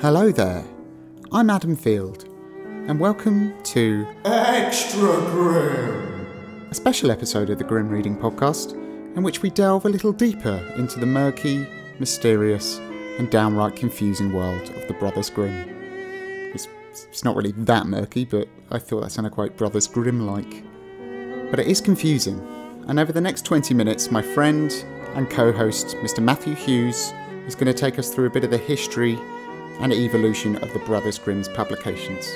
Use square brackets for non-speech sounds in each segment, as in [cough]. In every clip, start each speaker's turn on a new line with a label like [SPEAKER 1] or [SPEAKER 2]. [SPEAKER 1] Hello there. I'm Adam Field, and welcome to
[SPEAKER 2] Extra Grim!
[SPEAKER 1] a special episode of the Grim Reading Podcast in which we delve a little deeper into the murky, mysterious, and downright confusing world of the Brothers Grimm. It's, it's not really that murky, but I thought that sounded quite Brothers Grimm like. But it is confusing, and over the next 20 minutes, my friend and co host, Mr. Matthew Hughes, is going to take us through a bit of the history and evolution of the Brothers Grimm's publications.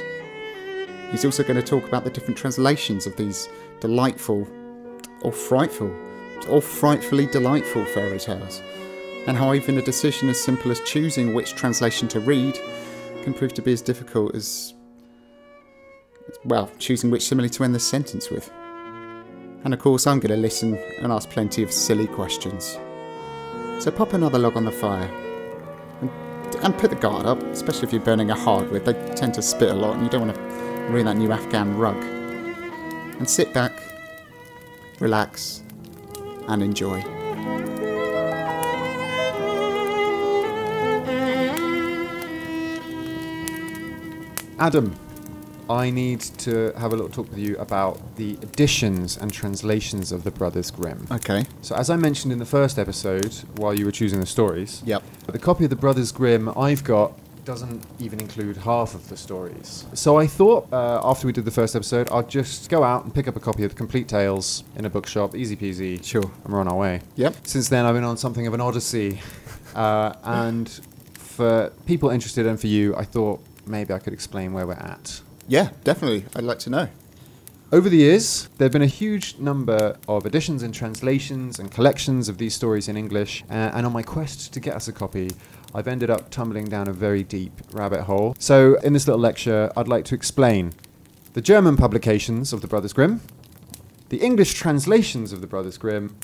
[SPEAKER 1] He's also going to talk about the different translations of these delightful, or frightful, or frightfully delightful fairy tales, and how even a decision as simple as choosing which translation to read can prove to be as difficult as, as, well, choosing which simile to end the sentence with. And of course, I'm going to listen and ask plenty of silly questions. So pop another log on the fire. And, and put the guard up, especially if you're burning a hardwood. They tend to spit a lot, and you don't want to ruin that new Afghan rug. And sit back, relax, and enjoy.
[SPEAKER 3] Adam, I need to have a little talk with you about the editions and translations of the Brothers Grimm.
[SPEAKER 1] Okay.
[SPEAKER 3] So, as I mentioned in the first episode, while you were choosing the stories,
[SPEAKER 1] Yep.
[SPEAKER 3] the copy of the Brothers Grimm I've got doesn't even include half of the stories. So, I thought uh, after we did the first episode, I'd just go out and pick up a copy of the Complete Tales in a bookshop, easy peasy.
[SPEAKER 1] Sure.
[SPEAKER 3] And we're on our way.
[SPEAKER 1] Yep.
[SPEAKER 3] Since then, I've been on something of an odyssey. Uh, and for people interested and for you, I thought maybe I could explain where we're at.
[SPEAKER 1] Yeah, definitely. I'd like to know.
[SPEAKER 3] Over the years, there have been a huge number of editions and translations and collections of these stories in English, uh, and on my quest to get us a copy, I've ended up tumbling down a very deep rabbit hole. So, in this little lecture, I'd like to explain the German publications of the Brothers Grimm, the English translations of the Brothers Grimm,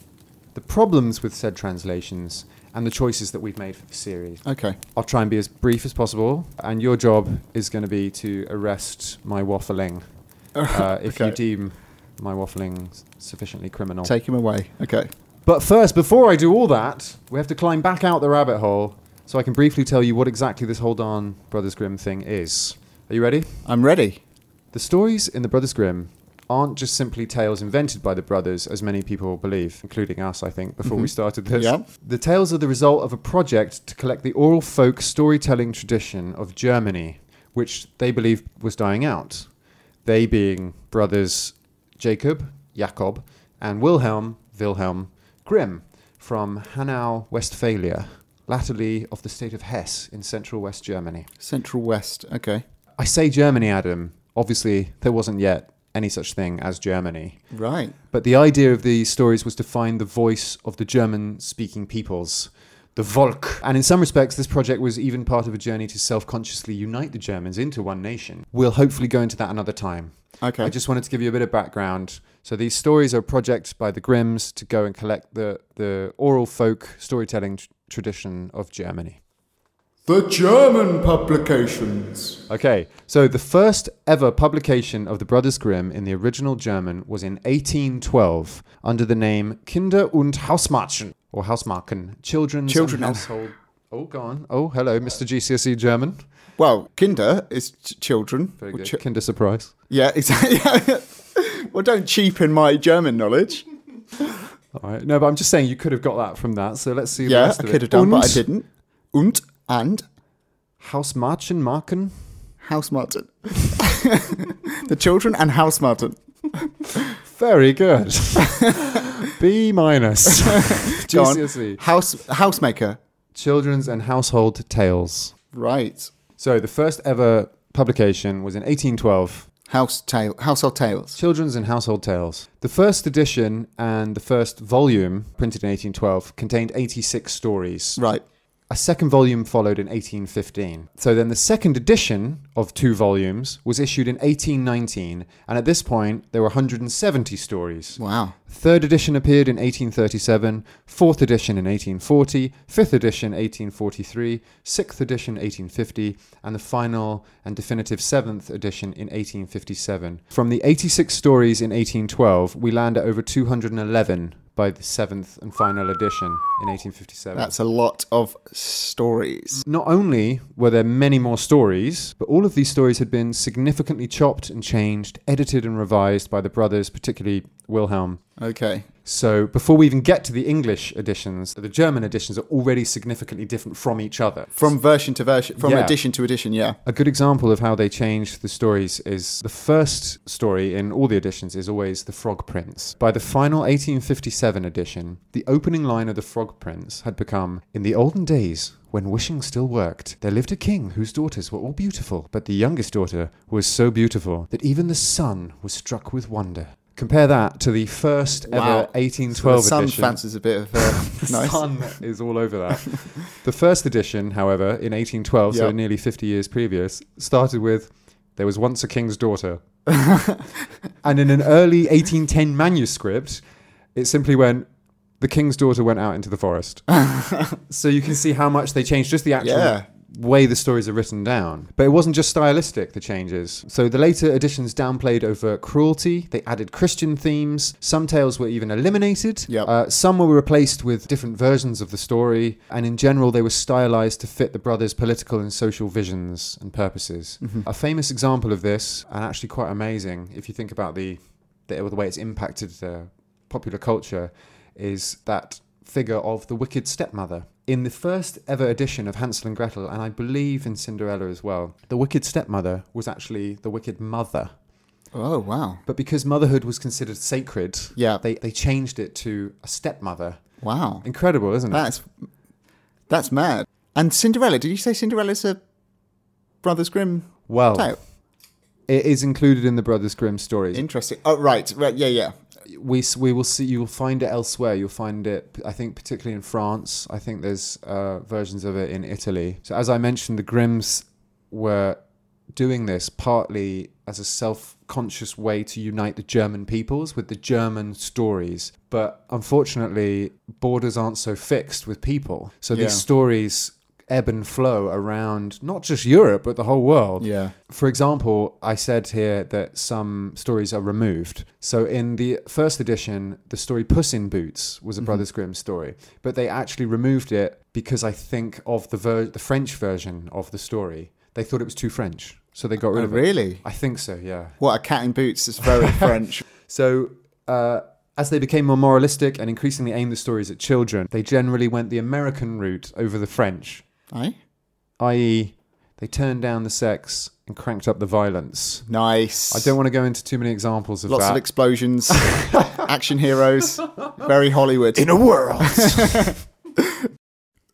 [SPEAKER 3] the problems with said translations, and the choices that we've made for the series.
[SPEAKER 2] [laughs]
[SPEAKER 1] Okay.
[SPEAKER 3] I'll try and be as brief as possible, and your job is going to be to arrest my waffling uh, if you
[SPEAKER 1] Okay.
[SPEAKER 3] deem my waffling s- sufficiently criminal.
[SPEAKER 1] Take him away. Okay.
[SPEAKER 3] but first, before I do all that, we have to climb back out the rabbit hole so I can briefly tell you what exactly this Hold On Brothers Grimm thing is. Are you ready?
[SPEAKER 1] I'm ready.
[SPEAKER 3] The stories in the Brothers Grimm aren't just simply tales invented by the brothers, as many people believe, including us, I think, before we started this.
[SPEAKER 1] Yeah.
[SPEAKER 3] The tales are the result of a project to collect the oral folk storytelling tradition of Germany, which they believed was dying out. They being brothers Jacob, Jakob, and Wilhelm, Wilhelm Grimm, from Hanau, Westphalia, latterly of the state of Hesse in central West Germany.
[SPEAKER 1] Central West. Okay.
[SPEAKER 3] I say Germany, Adam. Obviously, there wasn't yet any such thing as Germany.
[SPEAKER 1] Right.
[SPEAKER 3] But the idea of these stories was to find the voice of the German speaking peoples, the Volk. And in some respects, this project was even part of a journey to self consciously unite the Germans into one nation. We'll hopefully go into that another time.
[SPEAKER 1] Okay.
[SPEAKER 3] I just wanted to give you a bit of background. So these stories are a project by the Grimms to go and collect the, the oral folk storytelling tr- tradition of Germany.
[SPEAKER 2] The German publications.
[SPEAKER 3] Okay, so the first ever publication of the Brothers Grimm in the original German was in 1812 under the name Kinder und Hausmarchen or Hausmarken, children's
[SPEAKER 1] Children
[SPEAKER 3] and
[SPEAKER 1] and-
[SPEAKER 3] household. Oh, go on. Oh, hello, Mr. GCSE German.
[SPEAKER 1] well, Kinder is ch- children.
[SPEAKER 3] Very
[SPEAKER 1] Or
[SPEAKER 3] good.
[SPEAKER 1] chi-
[SPEAKER 3] Kinder surprise.
[SPEAKER 1] yeah, [laughs] exactly. well, don't cheapen my German knowledge.
[SPEAKER 3] All right. No, but I'm just saying you could have got that from that. So let's see. the
[SPEAKER 1] Yeah,
[SPEAKER 3] rest
[SPEAKER 1] I
[SPEAKER 3] of it.
[SPEAKER 1] could have done, but I
[SPEAKER 3] Und
[SPEAKER 1] didn't. Und and
[SPEAKER 3] Hausmarchen, Marken.
[SPEAKER 1] House Martin. [laughs] the children and House Martin.
[SPEAKER 3] Very good.
[SPEAKER 1] [laughs]
[SPEAKER 3] B minus.
[SPEAKER 1] Go on.
[SPEAKER 3] GCSE.
[SPEAKER 1] House housemaker.
[SPEAKER 3] E. Children's and household tales.
[SPEAKER 1] Right.
[SPEAKER 3] So the first ever publication was in 1812,
[SPEAKER 1] House tale household tales.
[SPEAKER 3] Children's and Household Tales. The first edition and the first volume, printed in 1812, contained 86 stories.
[SPEAKER 1] Right.
[SPEAKER 3] A second volume followed in 1815. So then the second edition of two volumes was issued in 1819, and at this point there were 170 stories.
[SPEAKER 1] Wow.
[SPEAKER 3] Third edition appeared in 1837, fourth edition in 1840, fifth edition 1843, sixth edition 1850, and the final and definitive seventh edition in 1857. From the 86 stories in 1812, we land at over 211 by the seventh and final edition in 1857.
[SPEAKER 1] That's a lot of stories.
[SPEAKER 3] not only were there many more stories, but all of these stories had been significantly chopped and changed, edited and revised by the brothers, particularly Wilhelm.
[SPEAKER 1] Okay.
[SPEAKER 3] So before we even get to the English editions, the German editions are already significantly different from each other.
[SPEAKER 1] From version to version, from
[SPEAKER 3] Yeah.
[SPEAKER 1] edition to edition, yeah.
[SPEAKER 3] A good example of how they changed the stories is the first story in all the editions is always The Frog Prince. By the final 1857 edition, the opening line of The Frog Prince had become In the olden days, when wishing still worked, there lived a king whose daughters were all beautiful, but the youngest daughter was so beautiful that even the sun was struck with wonder. Compare that to the first
[SPEAKER 1] Wow.
[SPEAKER 3] ever 1812
[SPEAKER 1] the sun
[SPEAKER 3] edition.
[SPEAKER 1] fancies a bit of uh, [laughs] nice.
[SPEAKER 3] Sun is all over that. [laughs] the first edition, however, in 1812, so
[SPEAKER 1] Yep.
[SPEAKER 3] nearly 50 years previous, started with There was once a king's daughter. and in an early 1810 manuscript, it simply went, The king's daughter went out into the forest. so you can see how much they changed just the actual
[SPEAKER 1] Yeah.
[SPEAKER 3] way the stories are written down. But it wasn't just stylistic, the changes. So the later editions downplayed overt cruelty, they added Christian themes, some tales were even eliminated,
[SPEAKER 1] Yep.
[SPEAKER 3] uh, some were replaced with different versions of the story, and in general they were stylized to fit the brothers' political and social visions and purposes. A famous example of this, and actually quite amazing if you think about the, the, the way it's impacted uh, popular culture, is that figure of the wicked stepmother. In the first ever edition of Hansel and Gretel, and I believe in Cinderella as well, the wicked stepmother was actually the wicked mother.
[SPEAKER 1] Oh, wow.
[SPEAKER 3] But because motherhood was considered sacred,
[SPEAKER 1] Yeah.
[SPEAKER 3] they, they changed it to a stepmother.
[SPEAKER 1] Wow.
[SPEAKER 3] Incredible, isn't it?
[SPEAKER 1] That's that's mad. And Cinderella, did you say Cinderella's a Brothers Grimm
[SPEAKER 3] well,
[SPEAKER 1] type?
[SPEAKER 3] it is included in the Brothers Grimm stories.
[SPEAKER 1] Interesting. Oh, right. Right. Yeah, yeah.
[SPEAKER 3] we s- we will see you will find it elsewhere you'll find it i think particularly in france i think there's uh, versions of it in italy so as i mentioned the grimms were doing this partly as a self-conscious way to unite the german peoples with the german stories but unfortunately borders aren't so fixed with people so
[SPEAKER 1] Yeah.
[SPEAKER 3] these stories ebb and flow around not just europe but the whole world
[SPEAKER 1] Yeah.
[SPEAKER 3] for example, I said here that some stories are removed. So in the first edition, the story Puss in Boots was a Brothers Grimm story, but they actually removed it because I think of the ver- the French version of the story. They thought it was too French, so they got rid
[SPEAKER 1] Oh,
[SPEAKER 3] of it.
[SPEAKER 1] really?
[SPEAKER 3] I think so, yeah.
[SPEAKER 1] What a cat in boots is
[SPEAKER 3] [laughs]
[SPEAKER 1] very French.
[SPEAKER 3] So, uh, as they became more moralistic and increasingly aimed the stories at children, they generally went the American route over the French,
[SPEAKER 1] Aye?
[SPEAKER 3] i.e., they turned down the sex and cranked up the violence.
[SPEAKER 1] Nice.
[SPEAKER 3] I don't want to go into too many examples of
[SPEAKER 1] Lots
[SPEAKER 3] that.
[SPEAKER 1] of
[SPEAKER 3] [laughs]
[SPEAKER 1] explosions, action heroes, very Hollywood. [laughs]
[SPEAKER 3] a world.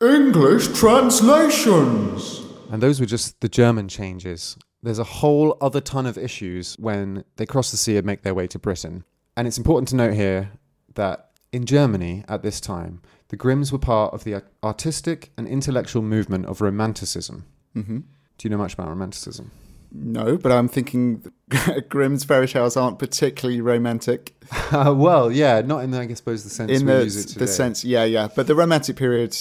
[SPEAKER 2] English translations.
[SPEAKER 3] and those were just the German changes. There's a whole other ton of issues when they cross the sea and make their way to Britain. And it's important to note here that in Germany at this time, the Grimms were part of the ar- artistic and intellectual movement of Romanticism.
[SPEAKER 1] hmm
[SPEAKER 3] Do you know much about Romanticism? [laughs]
[SPEAKER 1] No, but I'm thinking [laughs] Grimm's fairy tales aren't particularly romantic
[SPEAKER 3] well, yeah, not in the, I suppose the sense
[SPEAKER 1] in
[SPEAKER 3] we
[SPEAKER 1] the,
[SPEAKER 3] use it today.
[SPEAKER 1] the sense. Yeah, yeah. But the romantic period,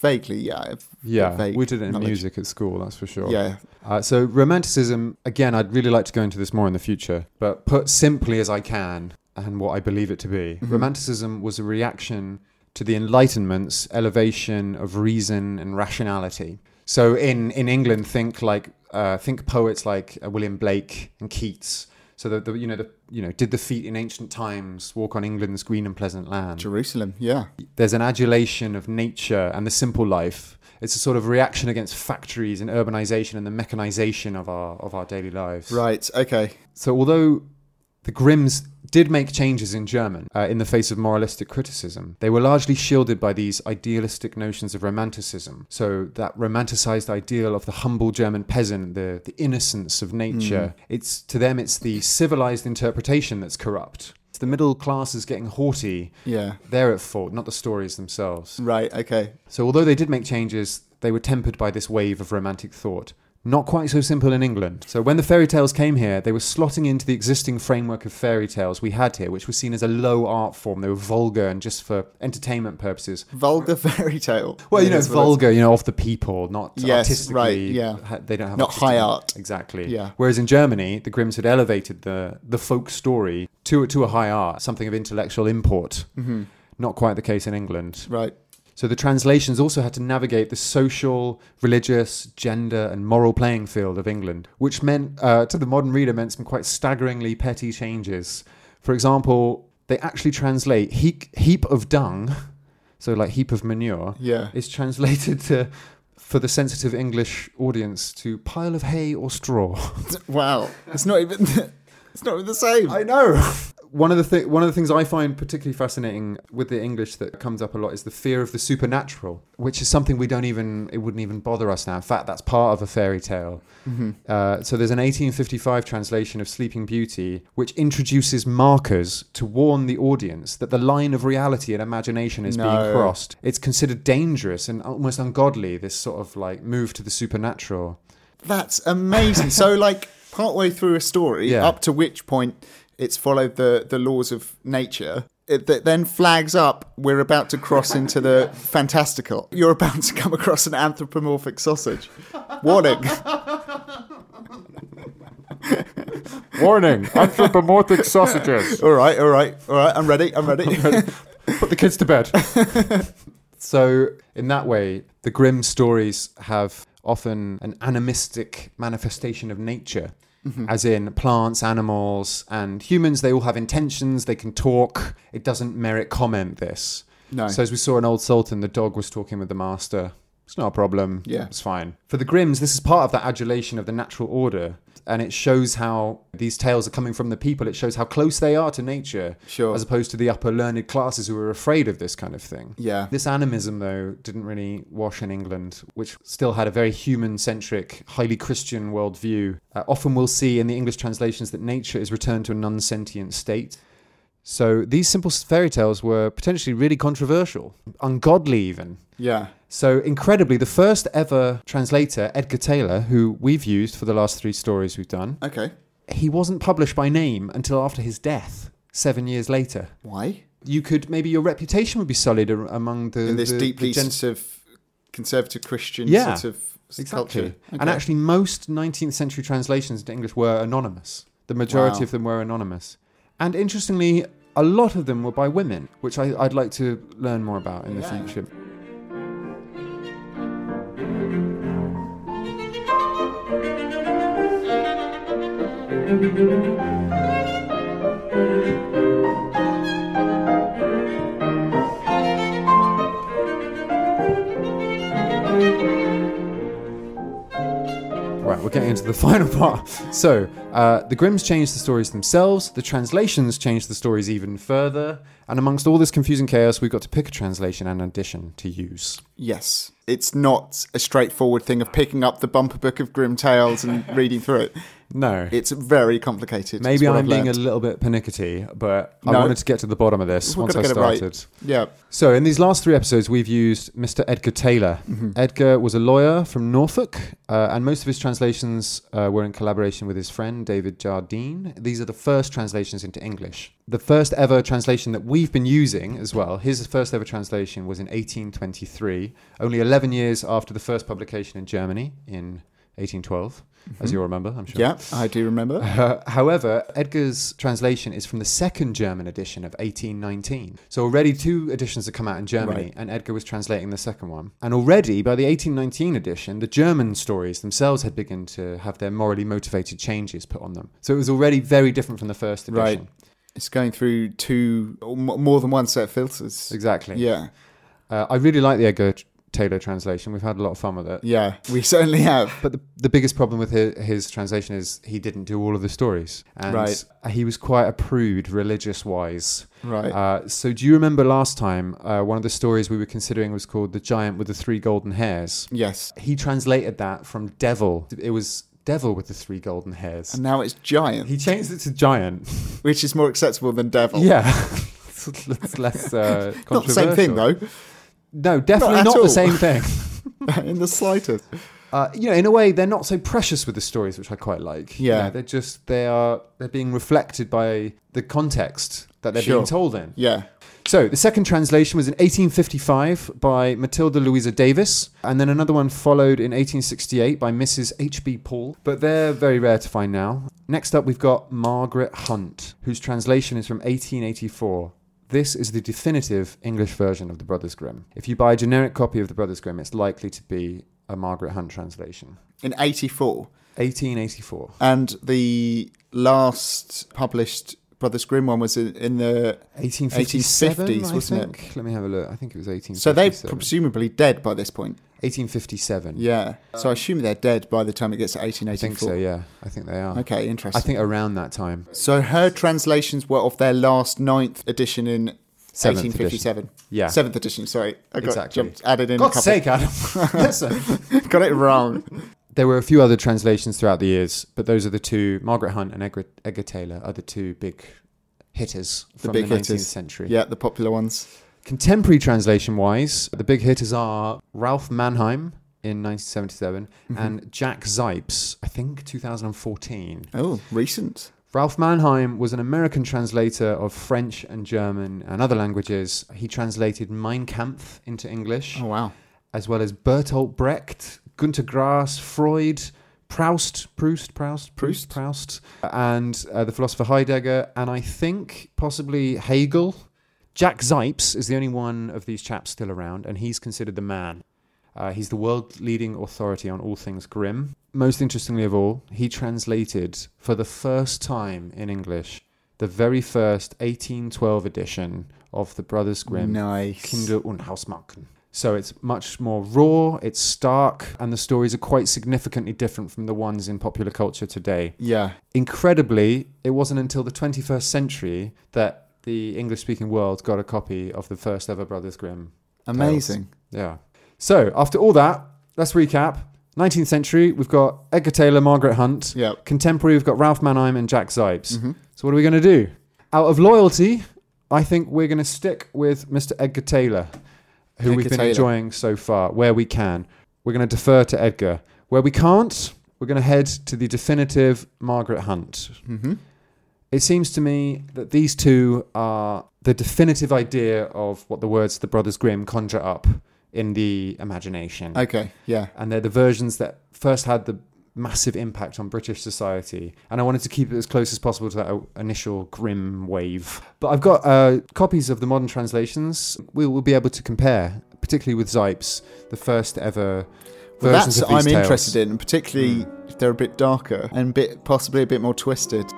[SPEAKER 1] vaguely, yeah. I've-
[SPEAKER 3] yeah,
[SPEAKER 1] vague
[SPEAKER 3] we did it in
[SPEAKER 1] knowledge.
[SPEAKER 3] music at school, that's for sure.
[SPEAKER 1] Yeah.
[SPEAKER 3] Uh, so romanticism, again, I'd really like to go into this more in the future, but put simply as I can and what I believe it to be, romanticism was a reaction to the Enlightenment's elevation of reason and rationality. So in, in England, think like uh, think poets like uh, William Blake and Keats. So the, the you know the you know did the feet in ancient times walk on England's green and pleasant land?
[SPEAKER 1] Jerusalem, yeah.
[SPEAKER 3] there's an adulation of nature and the simple life. It's a sort of reaction against factories and urbanization and the mechanization of our of our daily lives.
[SPEAKER 1] Right, okay.
[SPEAKER 3] So although the Grimms did make changes in German uh, in the face of moralistic criticism, they were largely shielded by these idealistic notions of romanticism. So that romanticized ideal of the humble German peasant, the, the innocence of nature. It's to them it's the civilized interpretation that's corrupt. It's the middle class is getting haughty.
[SPEAKER 1] Yeah.
[SPEAKER 3] They're at fault, not the stories themselves.
[SPEAKER 1] Right, okay.
[SPEAKER 3] So, although they did make changes, they were tempered by this wave of romantic thought. Not quite so simple in England. So, when the fairy tales came here, they were slotting into the existing framework of fairy tales we had here, which was seen as a low art form. They were vulgar and just for entertainment purposes.
[SPEAKER 1] Vulgar [laughs] fairy tale.
[SPEAKER 3] Well, you know,
[SPEAKER 1] Yes,
[SPEAKER 3] vulgar, you know, of the people, not
[SPEAKER 1] Yes,
[SPEAKER 3] artistically.
[SPEAKER 1] right, yeah.
[SPEAKER 3] ha- They don't have
[SPEAKER 1] Not high art.
[SPEAKER 3] artistic- Exactly.
[SPEAKER 1] Yeah.
[SPEAKER 3] Whereas in Germany, the Grimms had
[SPEAKER 1] Mm-hmm.
[SPEAKER 3] elevated the the folk story to to a high art, something of intellectual import. Not quite the case in England.
[SPEAKER 1] Right.
[SPEAKER 3] So the translations also had to navigate the social, religious, gender, and moral playing field of England, which meant, uh, to the modern reader, meant some quite staggeringly petty changes. For example, they actually translate heap, heap of dung, so like heap of manure,
[SPEAKER 1] Yeah. [laughs]
[SPEAKER 3] is translated to, for the sensitive English audience to pile of hay or straw.
[SPEAKER 1] Wow. It's not even. [laughs] It's not even the same.
[SPEAKER 3] I know. [laughs] One of the thi- one of the things I find particularly fascinating with the English that comes up a lot is the fear of the supernatural, which is something we don't even it wouldn't even bother us now. In fact, that's part of a fairy tale. Uh, so there's an 1855 translation of Sleeping Beauty, which introduces markers to warn the audience that the line of reality and imagination is
[SPEAKER 1] No.
[SPEAKER 3] being crossed. It's considered dangerous and almost ungodly. This sort of like move to the supernatural.
[SPEAKER 1] That's amazing.
[SPEAKER 3] [laughs]
[SPEAKER 1] so, like, partway through a story,
[SPEAKER 3] Yeah.
[SPEAKER 1] up to which point it's followed the, the laws of nature, it th- then flags up we're about to cross into
[SPEAKER 3] [laughs]
[SPEAKER 1] the fantastical. You're about to come across an anthropomorphic sausage. Warning. [laughs]
[SPEAKER 3] Warning: anthropomorphic sausages.
[SPEAKER 1] all right, all right, all right. I'm ready.
[SPEAKER 3] [laughs]
[SPEAKER 1] I'm ready.
[SPEAKER 3] put the kids to bed. so, in that way, the grim stories have often an animistic manifestation of nature, as in plants, animals, and humans. They all have intentions, they can talk. It doesn't merit comment, this.
[SPEAKER 1] No.
[SPEAKER 3] So, as we saw in Old Sultan, the dog was talking with the master. It's not a problem.
[SPEAKER 1] Yeah.
[SPEAKER 3] It's fine. For the Grimms, this is part of that adulation of the natural order. And it shows how these tales are coming from the people. It shows how close they are to nature.
[SPEAKER 1] Sure.
[SPEAKER 3] As opposed to the upper learned classes who are afraid of this kind of thing.
[SPEAKER 1] yeah.
[SPEAKER 3] This animism, though, didn't really wash in England, which still had a very human centric, highly Christian worldview. Uh, often we'll see in the English translations that nature is returned to a non sentient state. So these simple fairy tales were potentially really controversial, ungodly even.
[SPEAKER 1] Yeah.
[SPEAKER 3] So incredibly, the first ever translator, Edgar Taylor, who we've used for the last three stories we've done,
[SPEAKER 1] Okay.
[SPEAKER 3] he wasn't published by name until after his death, seven years later
[SPEAKER 1] Why?
[SPEAKER 3] you could maybe your reputation would be sullied ar- among the
[SPEAKER 1] In this
[SPEAKER 3] the-
[SPEAKER 1] deeply
[SPEAKER 3] the gen-
[SPEAKER 1] sort of conservative Christian
[SPEAKER 3] Yeah.
[SPEAKER 1] sort of s-
[SPEAKER 3] exactly.
[SPEAKER 1] culture.
[SPEAKER 3] And actually, most 19th century translations into English were anonymous. The majority
[SPEAKER 1] Wow.
[SPEAKER 3] of them were anonymous, and interestingly, a lot of them were by women, which I, I'd like to learn more about in the
[SPEAKER 1] Yeah.
[SPEAKER 3] future. Right, we're getting into the [laughs] final part. So, uh, the Grimms changed the stories themselves, the translations changed the stories even further, and amongst all this confusing chaos, we got to pick a translation and addition to use.
[SPEAKER 1] Yes. It's not a straightforward thing of picking up the bumper book of Grim Tales
[SPEAKER 3] [laughs]
[SPEAKER 1] and reading through it.
[SPEAKER 3] No.
[SPEAKER 1] It's very complicated. is
[SPEAKER 3] Maybe
[SPEAKER 1] what
[SPEAKER 3] I'm
[SPEAKER 1] I've
[SPEAKER 3] being a
[SPEAKER 1] learned.
[SPEAKER 3] little bit pernickety, but I
[SPEAKER 1] No.
[SPEAKER 3] wanted to get to the bottom of this
[SPEAKER 1] We're
[SPEAKER 3] once I
[SPEAKER 1] gonna get it right.
[SPEAKER 3] started.
[SPEAKER 1] yeah.
[SPEAKER 3] So, in these last three episodes, we've used Mr. Edgar Taylor.
[SPEAKER 1] Mm-hmm.
[SPEAKER 3] Edgar was a lawyer from Norfolk, uh, and most of his translations uh, were in collaboration with his friend David Jardine. These are the first translations into English. The first ever translation that we've been using as well, his first ever translation was in 1823, only 11 years after the first publication in Germany in 1812,
[SPEAKER 1] Mm-hmm.
[SPEAKER 3] as you'll remember, I'm sure.
[SPEAKER 1] Yeah, I do
[SPEAKER 3] [laughs]
[SPEAKER 1] remember.
[SPEAKER 3] Uh, however, Edgar's translation is from the second German edition of 1819. So already two editions had come out in Germany,
[SPEAKER 1] Right.
[SPEAKER 3] and Edgar was translating the second one. And already by the 1819 edition, the German stories themselves had begun to have their morally motivated changes put on them. So it was already very different from the first edition.
[SPEAKER 1] Right. It's going through two, or m- more than one set of filters.
[SPEAKER 3] Exactly.
[SPEAKER 1] Yeah,
[SPEAKER 3] Uh, I really like the Edgar T- Taylor translation. We've had a lot of fun with it.
[SPEAKER 1] yeah, we [laughs] certainly have.
[SPEAKER 3] But the, the biggest problem with his, his translation is he didn't do all of the stories. And
[SPEAKER 1] Right.
[SPEAKER 3] he was quite a prude religious wise.
[SPEAKER 1] Right.
[SPEAKER 3] Uh, so, do you remember last time uh, one of the stories we were considering was called The Giant with the Three Golden Hairs?
[SPEAKER 1] yes.
[SPEAKER 3] He translated that from devil. It was devil with the three golden hairs.
[SPEAKER 1] And now it's giant,
[SPEAKER 3] He changed it to giant.
[SPEAKER 1] [laughs] which is more acceptable than devil.
[SPEAKER 3] yeah. [laughs] it's it's less uh, controversial.
[SPEAKER 1] Not the same thing, though,
[SPEAKER 3] No, definitely
[SPEAKER 1] at
[SPEAKER 3] not,
[SPEAKER 1] all.
[SPEAKER 3] the same
[SPEAKER 1] [laughs]
[SPEAKER 3] thing.
[SPEAKER 1] in the slightest.
[SPEAKER 3] Uh, you know, in a way, they're not so precious with the stories, which I quite like. You
[SPEAKER 1] Yeah.
[SPEAKER 3] know, they're just they are they're being reflected by the context that they're
[SPEAKER 1] Sure.
[SPEAKER 3] being told in.
[SPEAKER 1] Yeah,
[SPEAKER 3] So the second translation was in 1855 by Matilda Louisa Davis, and then another one followed in 1868 by Mrs. H.B. Paul, but they're very rare to find now. Next up, we've got Margaret Hunt, whose translation is from 1884. This is the definitive English version of The Brothers Grimm. If you buy a generic copy of The Brothers Grimm, it's likely to be a Margaret Hunt translation.
[SPEAKER 1] in 84.
[SPEAKER 3] 1884.
[SPEAKER 1] And the last published Brothers Grimm one was in, in the.
[SPEAKER 3] 1857,
[SPEAKER 1] 1850s,
[SPEAKER 3] I
[SPEAKER 1] wasn't it?
[SPEAKER 3] think. Let me have a look. I think it was 1857.
[SPEAKER 1] So they're presumably dead by this point.
[SPEAKER 3] 1857.
[SPEAKER 1] Yeah. So I assume they're dead by the time it gets to
[SPEAKER 3] I
[SPEAKER 1] 1884.
[SPEAKER 3] think so, yeah. I think they are.
[SPEAKER 1] Okay,
[SPEAKER 3] I
[SPEAKER 1] interesting.
[SPEAKER 3] think around that time.
[SPEAKER 1] so her translations were of their last ninth edition in
[SPEAKER 3] Seventh
[SPEAKER 1] 1857.
[SPEAKER 3] Yeah.
[SPEAKER 1] Seventh edition, sorry. I got
[SPEAKER 3] Exactly.
[SPEAKER 1] jumped, added in
[SPEAKER 3] God's
[SPEAKER 1] a
[SPEAKER 3] sake, Adam. [laughs] Listen.
[SPEAKER 1] couple. [laughs] got it
[SPEAKER 3] [laughs]
[SPEAKER 1] wrong.
[SPEAKER 3] There were a few other translations throughout the years, but those are the two. Margaret Hunt and Edgar, Edgar Taylor are the two big hitters from the
[SPEAKER 1] big
[SPEAKER 3] 19th
[SPEAKER 1] hitters.
[SPEAKER 3] century.
[SPEAKER 1] Yeah, the popular ones.
[SPEAKER 3] Contemporary translation wise, the big hitters are Ralph Mannheim in 1977 and Jack Zipes, I think 2014.
[SPEAKER 1] Oh, recent.
[SPEAKER 3] Ralph Mannheim was an American translator of French and German and other languages. He translated Mein Kampf into English,
[SPEAKER 1] Oh, wow.
[SPEAKER 3] as well as Bertolt Brecht, Günter Grass, Freud, Proust, Proust, Proust,
[SPEAKER 1] Proust.
[SPEAKER 3] Proust, Proust, and uh, the philosopher Heidegger, and I think possibly Hegel. Jack Zipes is the only one of these chaps still around, and he's considered the man. Uh, he's the world leading authority on all things grim. Most interestingly of all, he translated for the first time in English the very first 1812 edition of the Brothers Grimm
[SPEAKER 1] Nice.
[SPEAKER 3] Kinder und Hausmarken. So it's much more raw, it's stark, and the stories are quite significantly different from the ones in popular culture today.
[SPEAKER 1] Yeah.
[SPEAKER 3] Incredibly, it wasn't until the 21st century that the English speaking world got a copy of the first ever Brothers Grimm.
[SPEAKER 1] Amazing.
[SPEAKER 3] Yeah. So after all that, let's recap. 19th century, we've got Edgar Taylor, Margaret Hunt.
[SPEAKER 1] Yeah.
[SPEAKER 3] Contemporary, we've got Ralph Mannheim and Jack Zipes.
[SPEAKER 1] Mhm.
[SPEAKER 3] So what are we going to do? Out of loyalty, I think we're going to stick with Mr. Edgar Taylor, who we've
[SPEAKER 1] Edgar
[SPEAKER 3] been
[SPEAKER 1] Taylor.
[SPEAKER 3] enjoying so far, where we can. We're going to defer to Edgar. Where we can't, we're going to head to the definitive Margaret Hunt.
[SPEAKER 1] Mm-hmm.
[SPEAKER 3] It seems to me that these two are the definitive idea of what the words of the Brothers Grimm conjure up in the imagination
[SPEAKER 1] Okay. Yeah.
[SPEAKER 3] and they're the versions that first had the massive impact on British society. And I wanted to keep it as close as possible to that o- initial grim wave. But I've got uh, copies of the modern translations. We will be able to compare, particularly with Zipes, the first ever
[SPEAKER 1] Well,
[SPEAKER 3] versions
[SPEAKER 1] that's
[SPEAKER 3] of
[SPEAKER 1] what
[SPEAKER 3] these
[SPEAKER 1] I'm
[SPEAKER 3] tales. Hmm.
[SPEAKER 1] interested in, particularly if they're a bit darker and bit possibly a bit more twisted.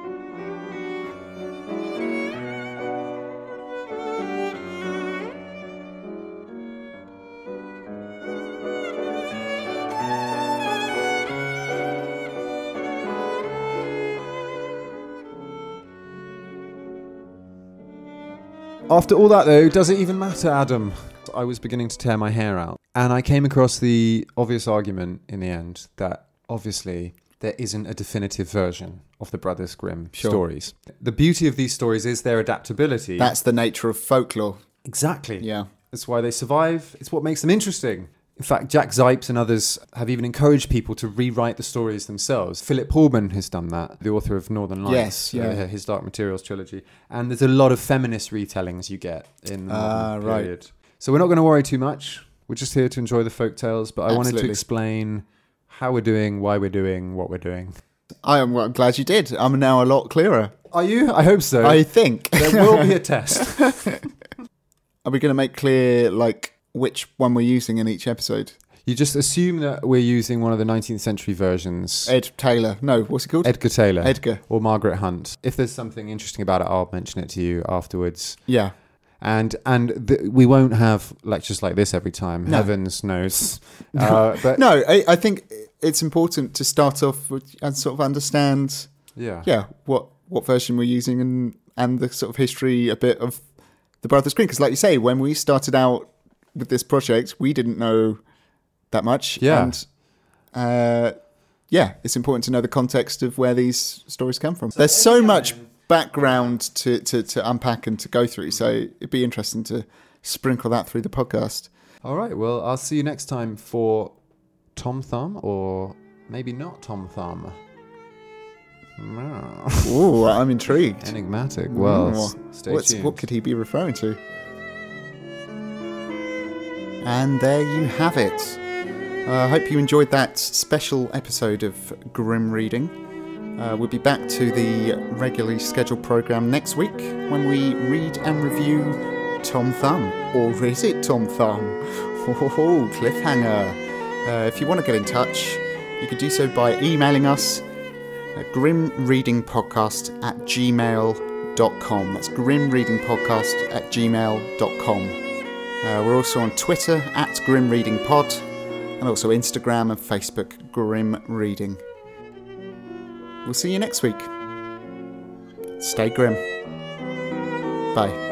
[SPEAKER 3] After all that, though, does it even matter, Adam? I was beginning to tear my hair out, and I came across the obvious argument in the end that obviously there isn't a definitive version of the Brothers Grimm
[SPEAKER 1] Sure.
[SPEAKER 3] stories. The beauty of these stories is their adaptability.
[SPEAKER 1] That's the nature of folklore.
[SPEAKER 3] exactly.
[SPEAKER 1] Yeah.
[SPEAKER 3] It's why they survive. It's what makes them interesting. In fact, Jack Zipes and others have even encouraged people to rewrite the stories themselves. Philip Pullman has done that, the author of Northern
[SPEAKER 1] Yes,
[SPEAKER 3] Lights,
[SPEAKER 1] yeah.
[SPEAKER 3] uh, his Dark Materials trilogy. And there's a lot of feminist retellings you get in the
[SPEAKER 1] Ah,
[SPEAKER 3] modern
[SPEAKER 1] right.
[SPEAKER 3] period. So we're not going to worry too much. We're just here to enjoy the folk tales. But I wanted to
[SPEAKER 1] Absolutely.
[SPEAKER 3] explain how we're doing, why we're doing, what we're doing.
[SPEAKER 1] I am well, I'm glad you did. I'm now a lot clearer.
[SPEAKER 3] Are you? I hope so.
[SPEAKER 1] I think.
[SPEAKER 3] there will
[SPEAKER 1] [laughs]
[SPEAKER 3] be a test.
[SPEAKER 1] Are we going to make clear like which one we're using in each episode?
[SPEAKER 3] You just assume that we're using one of the 19th century versions.
[SPEAKER 1] Ed Taylor. No, what's it called?
[SPEAKER 3] Edgar Taylor.
[SPEAKER 1] Edgar.
[SPEAKER 3] or Margaret Hunt. If there's something interesting about it, I'll mention it to you afterwards.
[SPEAKER 1] Yeah.
[SPEAKER 3] And and th- we won't have lectures like this every time.
[SPEAKER 1] No. [laughs]
[SPEAKER 3] Heavens knows. Uh, but
[SPEAKER 1] No, I, I think it's important to start off with, and sort of understand
[SPEAKER 3] yeah,
[SPEAKER 1] yeah, what what version we're using and and the sort of history a bit of the Brothers Grimm. Because, like you say, when we started out with this project, we didn't know that much.
[SPEAKER 3] Yeah.
[SPEAKER 1] and uh, yeah, it's important to know the context of where these stories come from. There's so much background to, to to unpack and to go through, so it'd be interesting to sprinkle that through the podcast.
[SPEAKER 3] All right. Well, I'll see you next time for Tom Thumb or maybe not Tom Thumb.
[SPEAKER 1] [laughs]
[SPEAKER 3] No.
[SPEAKER 1] Oh, I'm intrigued.
[SPEAKER 3] Enigmatic. Well, s-
[SPEAKER 1] Mm.
[SPEAKER 3] stay
[SPEAKER 1] What's-
[SPEAKER 3] tuned.
[SPEAKER 1] what could he be referring to? And there you have it. Uh, I hope you enjoyed that special episode of Grim Reading. Uh, we'll be back to the regularly scheduled program next week when we read and review Tom Thumb. Or is it Tom Thumb? [laughs] Oh, cliffhanger. Uh, if you want to get in touch, you can do so by emailing us at grimreadingpodcast at gmail.com. That's grimreadingpodcast at gmail.com. Uh, we're also on Twitter at Grim Reading Pod, and also Instagram and Facebook Grim Reading. We'll see you next week. Stay grim. Bye.